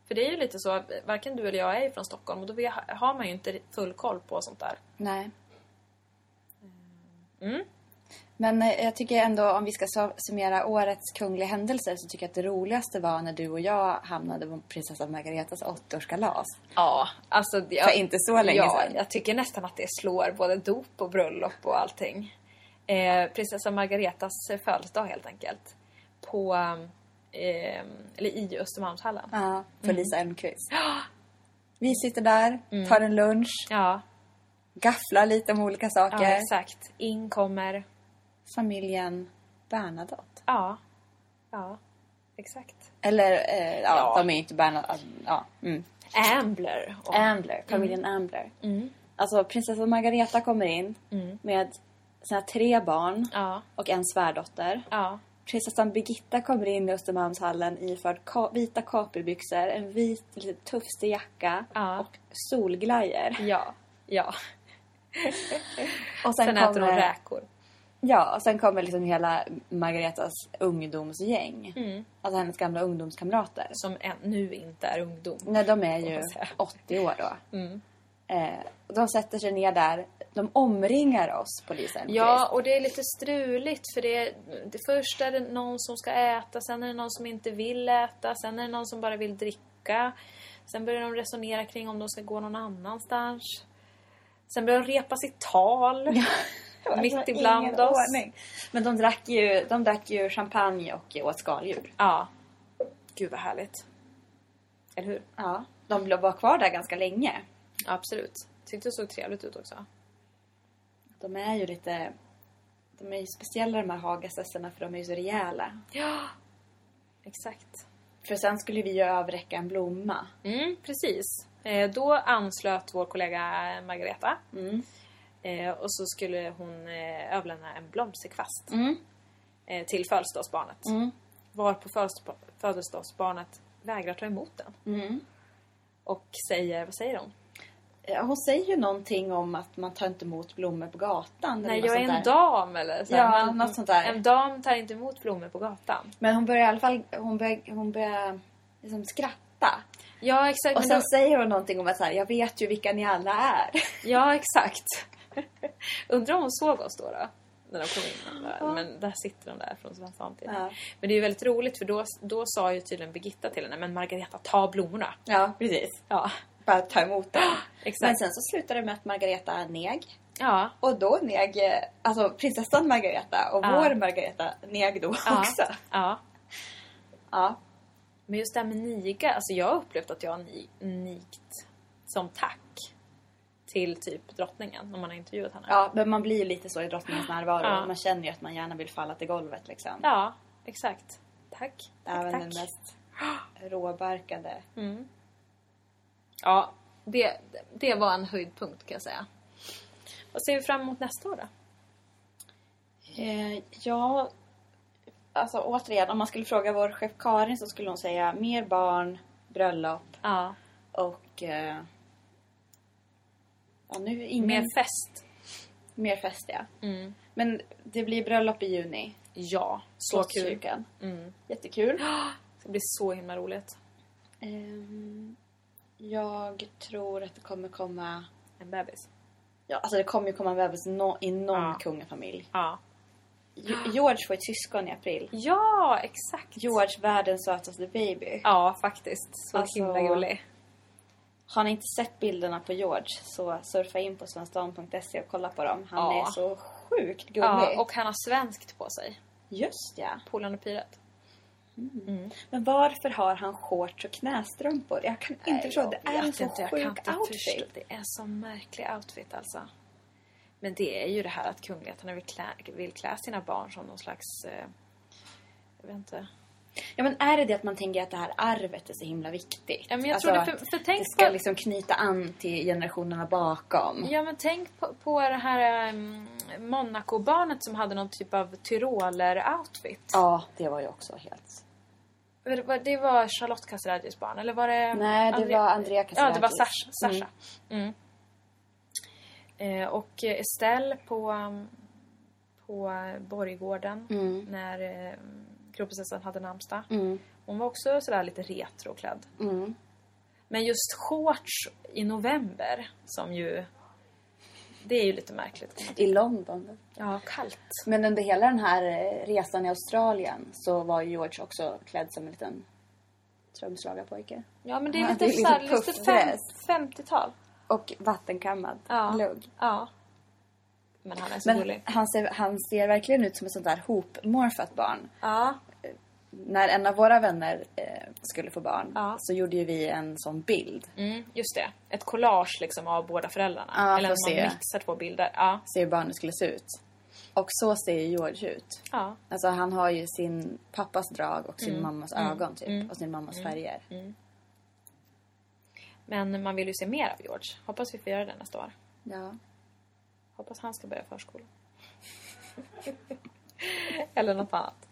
Speaker 1: För det är ju lite så, varken du eller jag är ju från Stockholm och då vi- har man ju inte full koll på sånt där.
Speaker 2: Nej.
Speaker 1: Mm.
Speaker 2: Men eh, jag tycker ändå om vi ska su- summera årets kungliga händelser så tycker jag att det roligaste var när du och jag hamnade på prinsessan Margaretas 80-årskalas.
Speaker 1: Ja, alltså... det-
Speaker 2: För inte så länge
Speaker 1: ja,
Speaker 2: sedan.
Speaker 1: jag tycker nästan att det slår både dop och bröllop och allting. Eh, prinsessa Margaretas födelsedag helt enkelt. På... Eh, eller i Östermalmshallen.
Speaker 2: Ja, för
Speaker 1: Mm.
Speaker 2: Lisa Elmqvist. Vi sitter där, tar en lunch,
Speaker 1: Ja,
Speaker 2: gafflar lite om olika
Speaker 1: ja
Speaker 2: saker.
Speaker 1: exakt. In kommer...
Speaker 2: Familjen Bernadotte.
Speaker 1: Ja. Ja, exakt.
Speaker 2: Eller, eh, ja,
Speaker 1: Ja.
Speaker 2: de är ju inte Bernadotte. Ja. Mm.
Speaker 1: Ambler. Och,
Speaker 2: Ambler, familjen Ambler. Alltså prinsessan Margareta kommer in med sina tre barn
Speaker 1: Ja.
Speaker 2: och en svärdotter.
Speaker 1: Ja.
Speaker 2: Prinsessan Birgitta kommer in i Östermalmshallen iförd ka- vita kapribyxor, en vit lite tufsig jacka
Speaker 1: Ja.
Speaker 2: och solglajjor.
Speaker 1: Ja. Ja.
Speaker 2: Och
Speaker 1: Sen, äter hon räkor.
Speaker 2: Ja, och sen kommer liksom hela Margaretas ungdomsgäng.
Speaker 1: Mm.
Speaker 2: Alltså hennes gamla ungdomskamrater.
Speaker 1: Som än, nu inte är ungdom.
Speaker 2: Nej, de är ju
Speaker 1: man säga.
Speaker 2: 80 år då.
Speaker 1: Mm.
Speaker 2: Eh, och de sätter sig ner där. De omringar oss, polisen.
Speaker 1: Ja, och det är lite struligt för det, är- det först är det någon som ska äta, sen är det någon som inte vill äta, sen är det någon som bara vill dricka. Sen börjar de resonera kring om de ska gå någon annanstans. Sen börjar de repa sitt tal.
Speaker 2: Chris.
Speaker 1: mitt
Speaker 2: Alltså,
Speaker 1: ibland
Speaker 2: ingen
Speaker 1: oss.
Speaker 2: ordning. Men de drack, ju, de drack ju champagne och åt skaldjur.
Speaker 1: Ja. Gud vad härligt. Eller hur?
Speaker 2: Ja. De blev- var kvar där ganska länge.
Speaker 1: Absolut. Tyckte det såg trevligt ut också.
Speaker 2: De är ju lite... De är ju speciella de här Hagasössorna för de är ju så rejäla.
Speaker 1: Ja. Exakt.
Speaker 2: För sen skulle vi ju överräcka en blomma.
Speaker 1: Mm, precis. Eh, då anslöt vår kollega Margareta.
Speaker 2: Mm.
Speaker 1: Eh, och så skulle hon eh, överlämna en blomsterkvast
Speaker 2: Mm.
Speaker 1: eh, till födelsedagsbarnet. Var på födelsedagsbarnet vägrar ta emot den.
Speaker 2: Mm.
Speaker 1: Och säger, vad säger hon?
Speaker 2: Eh, Hon säger ju någonting om att man tar inte emot blommor på gatan. eller
Speaker 1: Nej,
Speaker 2: något
Speaker 1: jag är
Speaker 2: sånt
Speaker 1: en
Speaker 2: där.
Speaker 1: dam eller så.
Speaker 2: Ja,
Speaker 1: här,
Speaker 2: något sånt där.
Speaker 1: En dam tar inte emot blommor på gatan.
Speaker 2: Men hon börjar i alla fall hon börjar, hon börjar liksom skratta.
Speaker 1: Ja, exakt.
Speaker 2: Och
Speaker 1: men
Speaker 2: sen
Speaker 1: då-
Speaker 2: säger hon någonting om att så här, jag vet ju vilka ni alla är.
Speaker 1: Ja, exakt. Undrar om hon såg oss då, då när de kom in. Men där sitter de där från Svensson samtidigt.
Speaker 2: Ja.
Speaker 1: Men det är ju väldigt roligt för då, då sa ju tydligen Birgitta till henne, men Margareta, ta blommorna.
Speaker 2: Ja, precis.
Speaker 1: Ja,
Speaker 2: Bara ta emot dem.
Speaker 1: exakt.
Speaker 2: Men sen så slutar det med att Margareta neg.
Speaker 1: ja,
Speaker 2: Och då neg, eh, alltså prinsessan Margareta och
Speaker 1: Ja.
Speaker 2: vår Margareta neg då
Speaker 1: ja,
Speaker 2: också.
Speaker 1: Ja.
Speaker 2: Ja.
Speaker 1: Men just det här med niga, alltså jag har upplevt att jag har ni, nigt som tack till typ drottningen när man har intervjuat henne.
Speaker 2: ja, men man blir ju lite så i drottningens närvaro.
Speaker 1: Ja.
Speaker 2: Man känner ju att man gärna vill falla till golvet liksom.
Speaker 1: Ja, exakt. Tack. tack,
Speaker 2: Även den
Speaker 1: tack.
Speaker 2: mest råbarkade.
Speaker 1: Ja, det, det var en höjdpunkt kan jag säga. Vad ser vi fram emot nästa år då?
Speaker 2: Eh, ja, alltså återigen, om man skulle fråga vår chef Karin så skulle hon säga mer barn, bröllop
Speaker 1: Ja.
Speaker 2: och... Eh, ja, nu är
Speaker 1: Mm.
Speaker 2: det ingen...
Speaker 1: Mer fest. Mm.
Speaker 2: mer fest, ja. Men det blir bröllop i juni.
Speaker 1: Ja, så kul. Mm.
Speaker 2: Slottskyrkan. Jättekul.
Speaker 1: Det blir så himla roligt.
Speaker 2: Ehm, jag tror att det kommer komma...
Speaker 1: En bebis.
Speaker 2: Ja, alltså det kommer ju komma en bebis nå- i någon
Speaker 1: Ja.
Speaker 2: kungafamilj.
Speaker 1: Ja.
Speaker 2: Jo- George får ett syskon i april.
Speaker 1: Ja, exakt.
Speaker 2: George, världens sötaste baby.
Speaker 1: Ja, faktiskt. Så
Speaker 2: Alltså-
Speaker 1: himla gullig.
Speaker 2: Har ni inte sett bilderna på George så surfa in på svensdagen.se och kolla på dem. Han
Speaker 1: Ja.
Speaker 2: är så sjukt gullig.
Speaker 1: Ja, och han har svenskt på sig.
Speaker 2: Just ja.
Speaker 1: Polarn och Piret.
Speaker 2: Men varför har han shorts och knästrumpor? Jag kan inte förstå. Det är en så sjuk outfit.
Speaker 1: Det är en så märklig outfit alltså. Men det är ju det här att kungligheten vill klä, vill klä sina barn som någon slags... Eh, jag vet inte.
Speaker 2: Ja, men är det det att man tänker att det här arvet är så himla viktigt? Alltså,
Speaker 1: Ja, men jag tror det, för-
Speaker 2: att
Speaker 1: för tänk
Speaker 2: det ska
Speaker 1: på-
Speaker 2: liksom knyta an till generationerna bakom.
Speaker 1: Ja men tänk på, på det här ehm, Monaco-barnet som hade någon typ av tyroler-outfit.
Speaker 2: Ja, det var ju också helt...
Speaker 1: Men Det var, det var Charlotte Casiraghios barn, eller var det...
Speaker 2: Nej, det var Andrea
Speaker 1: Ja, det var
Speaker 2: Casiraghi.
Speaker 1: Sasha. Sasha. Mm. Eh, och eh, Estelle på, um, på eh, borggården
Speaker 2: Mm.
Speaker 1: när eh, kronprinsessan hade namnsdag. Hon var också sådär lite retroklädd.
Speaker 2: Mm.
Speaker 1: Men just shorts i november, som ju... Det är ju lite märkligt.
Speaker 2: I London.
Speaker 1: Ja, kallt.
Speaker 2: Men under hela den här eh, resan i Australien så var ju George också klädd som en liten trumslagarpojke.
Speaker 1: Ja, men det är
Speaker 2: Ja, det
Speaker 1: lite
Speaker 2: är liksom
Speaker 1: såhär, lite fem,
Speaker 2: puffdress.
Speaker 1: 50-tal.
Speaker 2: Och vattenkammad
Speaker 1: Ja.
Speaker 2: lugg.
Speaker 1: Ja. Men han är så
Speaker 2: Men
Speaker 1: gullig.
Speaker 2: han ser, han ser verkligen ut som ett sånt där hopmorfat barn.
Speaker 1: Ja.
Speaker 2: När en av våra vänner eh, skulle få barn
Speaker 1: Ja.
Speaker 2: så gjorde ju vi en sån bild.
Speaker 1: Mm, just det. Ett collage liksom av båda föräldrarna.
Speaker 2: Ja,
Speaker 1: Eller
Speaker 2: får
Speaker 1: att man
Speaker 2: se.
Speaker 1: mixar två bilder. Ja.
Speaker 2: Se hur barnet skulle se ut. Och så ser ju George ut.
Speaker 1: Ja. Mm.
Speaker 2: Alltså han har ju sin pappas drag och sin mammas ögon typ. Och sin mammas färger.
Speaker 1: Men man vill ju se mer av George. Hoppas vi får göra det nästa år.
Speaker 2: Ja.
Speaker 1: Hoppas han ska börja förskolan. Eller något annat.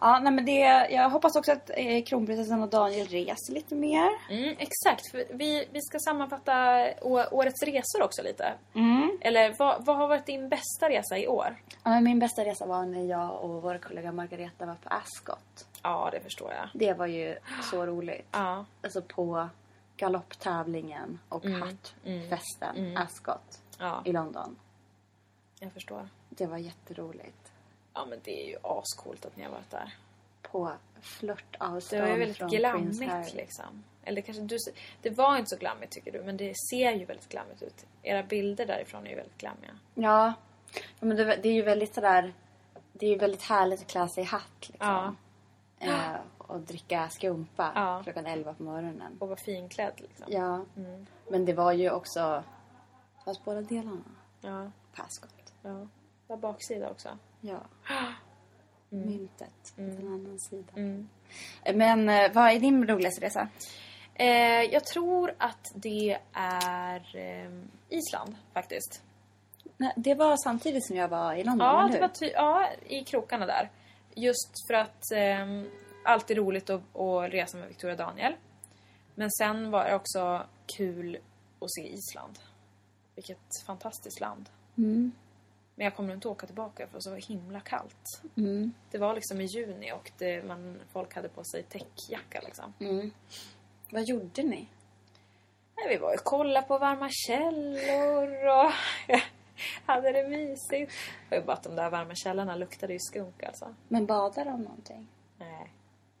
Speaker 2: Ja, nej men det, jag hoppas också att eh, kronprinsessan och Daniel reser lite mer.
Speaker 1: Mm, exakt. För vi, vi ska sammanfatta å, årets resor också lite.
Speaker 2: Mm.
Speaker 1: Eller vad, vad har varit din bästa resa i år?
Speaker 2: Ja, men min bästa resa var när jag och vår kollega Margareta var på Ascot.
Speaker 1: Ja, det förstår jag.
Speaker 2: Det var ju så roligt.
Speaker 1: Ja.
Speaker 2: Alltså på galopptävlingen och hattfesten Ascot
Speaker 1: Mm. Ja.
Speaker 2: i London.
Speaker 1: Jag förstår.
Speaker 2: Det var jätteroligt.
Speaker 1: Ja, men det är ju ascoolt att ni har varit där.
Speaker 2: På
Speaker 1: Det
Speaker 2: flörtavstånd
Speaker 1: var ju väldigt
Speaker 2: från Prince
Speaker 1: glammigt
Speaker 2: Harry.
Speaker 1: liksom. Eller kanske du, se- det var inte så glammigt tycker du, men det ser ju väldigt glammigt ut. Era bilder därifrån är ju väldigt glammiga.
Speaker 2: Ja. Ja, Men det, var- det är ju väldigt sådär... Det är ju väldigt härligt att klä sig i hatt liksom. Eh, och dricka skumpa
Speaker 1: Ja.
Speaker 2: klockan 11 på morgonen.
Speaker 1: Och var finklädd liksom.
Speaker 2: Ja. Men det var ju också... Det fanns båda delarna
Speaker 1: Ja,
Speaker 2: på Ascot.
Speaker 1: ja. Där baksida också.
Speaker 2: Ja. Mm. Myntet. Den annan sida. Mm. Men eh, vad är din roligaste resa?
Speaker 1: Eh, jag tror att det är ehm, Island faktiskt.
Speaker 2: Nej, det var samtidigt som jag var i London,
Speaker 1: Ja,
Speaker 2: eller
Speaker 1: det
Speaker 2: hur?
Speaker 1: var ty- ja, i krokarna där. Just för att ehm, allt är roligt att, att resa med Victoria Daniel. Men sen var det också kul att se Island. Vilket fantastiskt land.
Speaker 2: Mm.
Speaker 1: Men jag kommer inte åka tillbaka för det var så himla kallt.
Speaker 2: Mm.
Speaker 1: Det var liksom i juni och det, man, folk hade på sig täckjacka liksom.
Speaker 2: Mm. Vad gjorde ni?
Speaker 1: Nej, vi var och kollade på varma källor och hade det mysigt. Det var ju bara att de där varma källorna luktade ju skunk alltså.
Speaker 2: Men badade de någonting?
Speaker 1: Nej,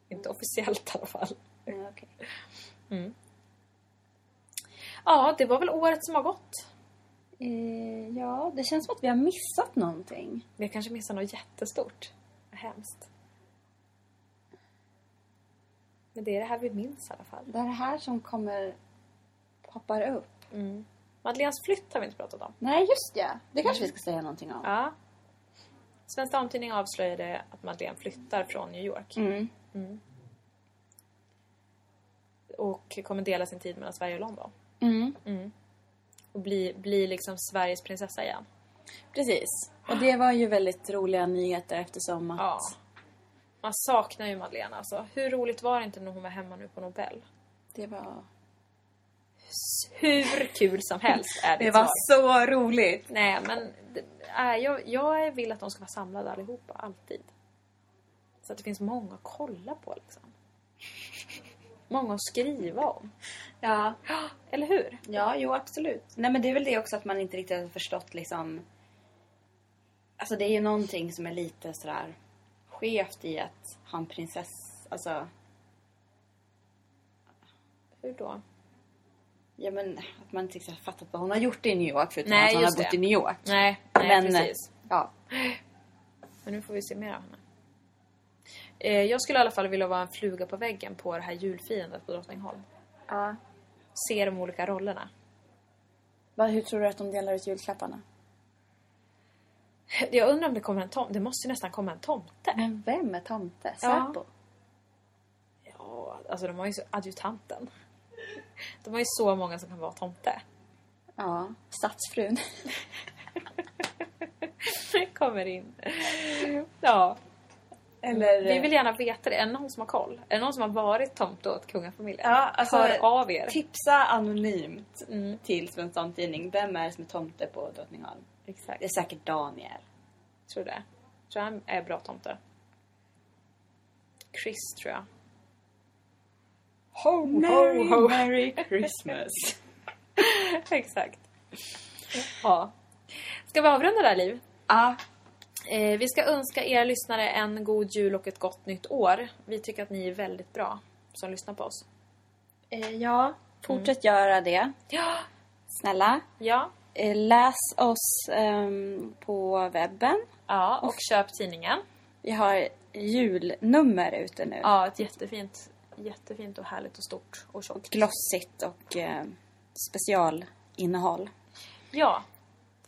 Speaker 1: inte officiellt i alla fall.
Speaker 2: Ja, okej.
Speaker 1: Ja, det var väl året som har gått.
Speaker 2: Eh, ja, det känns som att vi har missat någonting.
Speaker 1: Vi har kanske missat något jättestort. Vad hemskt. Men det är det här vi minns i alla fall.
Speaker 2: Det är det här som kommer poppar upp.
Speaker 1: Madeleines flytt har vi inte pratat om.
Speaker 2: Nej, just ja. Det kanske vi ska säga någonting om.
Speaker 1: Ja. Svensk Damtidning avslöjade att Madeleine flyttar från New York. Mm. Och kommer dela sin tid mellan Sverige och London.
Speaker 2: Mm.
Speaker 1: Och bli, bli liksom Sveriges prinsessa igen.
Speaker 2: Precis. Och det var ju väldigt roliga nyheter eftersom att...
Speaker 1: Ja. Man saknar ju Madeleine alltså. Hur roligt var det inte när hon var hemma nu på Nobel?
Speaker 2: Det var...
Speaker 1: Hur kul som helst är det,
Speaker 2: Det
Speaker 1: ett
Speaker 2: var
Speaker 1: svar.
Speaker 2: så roligt!
Speaker 1: Nej men det, är, jag, jag vill att de ska vara samlade allihopa, alltid. Så att det finns många att kolla på liksom. Många att skriva om.
Speaker 2: Ja.
Speaker 1: Eller hur?
Speaker 2: ja, jo absolut. Nej men det är väl det också att man inte riktigt har förstått liksom... Alltså det är ju någonting som är lite sådär skevt i att han prinsess... Alltså,
Speaker 1: Hur då?
Speaker 2: ja men att man inte riktigt har fattat vad hon har gjort i New York förutom
Speaker 1: Nej,
Speaker 2: att hon har
Speaker 1: just
Speaker 2: bott
Speaker 1: det.
Speaker 2: i New York.
Speaker 1: Nej, nej
Speaker 2: men, eh,
Speaker 1: precis.
Speaker 2: Ja.
Speaker 1: Men nu får vi se mer av henne. Eh, jag skulle i alla fall vilja vara en fluga på väggen på det här julfirandet på Drottningholm.
Speaker 2: ja.
Speaker 1: Se de olika rollerna.
Speaker 2: Vad- Hur tror du att de delar ut julklapparna?
Speaker 1: Jag undrar om det kommer en tomte. Det måste ju nästan komma en tomte.
Speaker 2: Men vem är tomte?
Speaker 1: Ja.
Speaker 2: Säpo?
Speaker 1: Ja, alltså de har ju så, adjutanten. De har ju så många som kan vara tomte.
Speaker 2: Ja. Stadsfrun.
Speaker 1: Kommer in. Ja.
Speaker 2: Eller...
Speaker 1: Vi vill gärna veta det. Är det någon som har koll? Är det någon som har varit tomte åt kungafamiljen?
Speaker 2: Ja, alltså-
Speaker 1: Hör av er.
Speaker 2: Tipsa anonymt mm, till Svensson Tidning. Vem är det som är tomte på Drottningholm?
Speaker 1: Exakt.
Speaker 2: Det är säkert Daniel.
Speaker 1: Tror det. Tror han är bra tomte. Chris tror jag.
Speaker 2: Ho,
Speaker 1: Merry,
Speaker 2: Merry Christmas.
Speaker 1: Exakt. Ja. Ska vi avrunda där Liv?
Speaker 2: ja,
Speaker 1: Eh, vi ska önska er lyssnare en god jul och ett gott nytt år. Vi tycker att ni är väldigt bra som lyssnar på oss.
Speaker 2: eh, ja, fortsätt
Speaker 1: Mm.
Speaker 2: göra det.
Speaker 1: Ja.
Speaker 2: Snälla.
Speaker 1: Ja.
Speaker 2: Eh, läs oss ehm, på webben.
Speaker 1: Ja, och köp tidningen.
Speaker 2: Vi har julnummer ute nu.
Speaker 1: Ja, ett jättefint, jättefint och härligt och stort och tjockt.
Speaker 2: Glossigt och eh, specialinnehåll.
Speaker 1: Ja.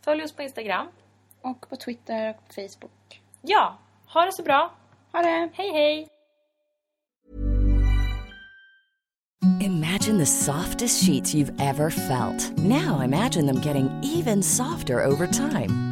Speaker 1: Följ oss på Instagram.
Speaker 2: Och på Twitter och på Facebook.
Speaker 1: Ja. Ha det så bra.
Speaker 2: Ha det!
Speaker 1: Hej hej!
Speaker 4: Imagine the softest sheets you've ever felt. Now imagine them getting even softer over time.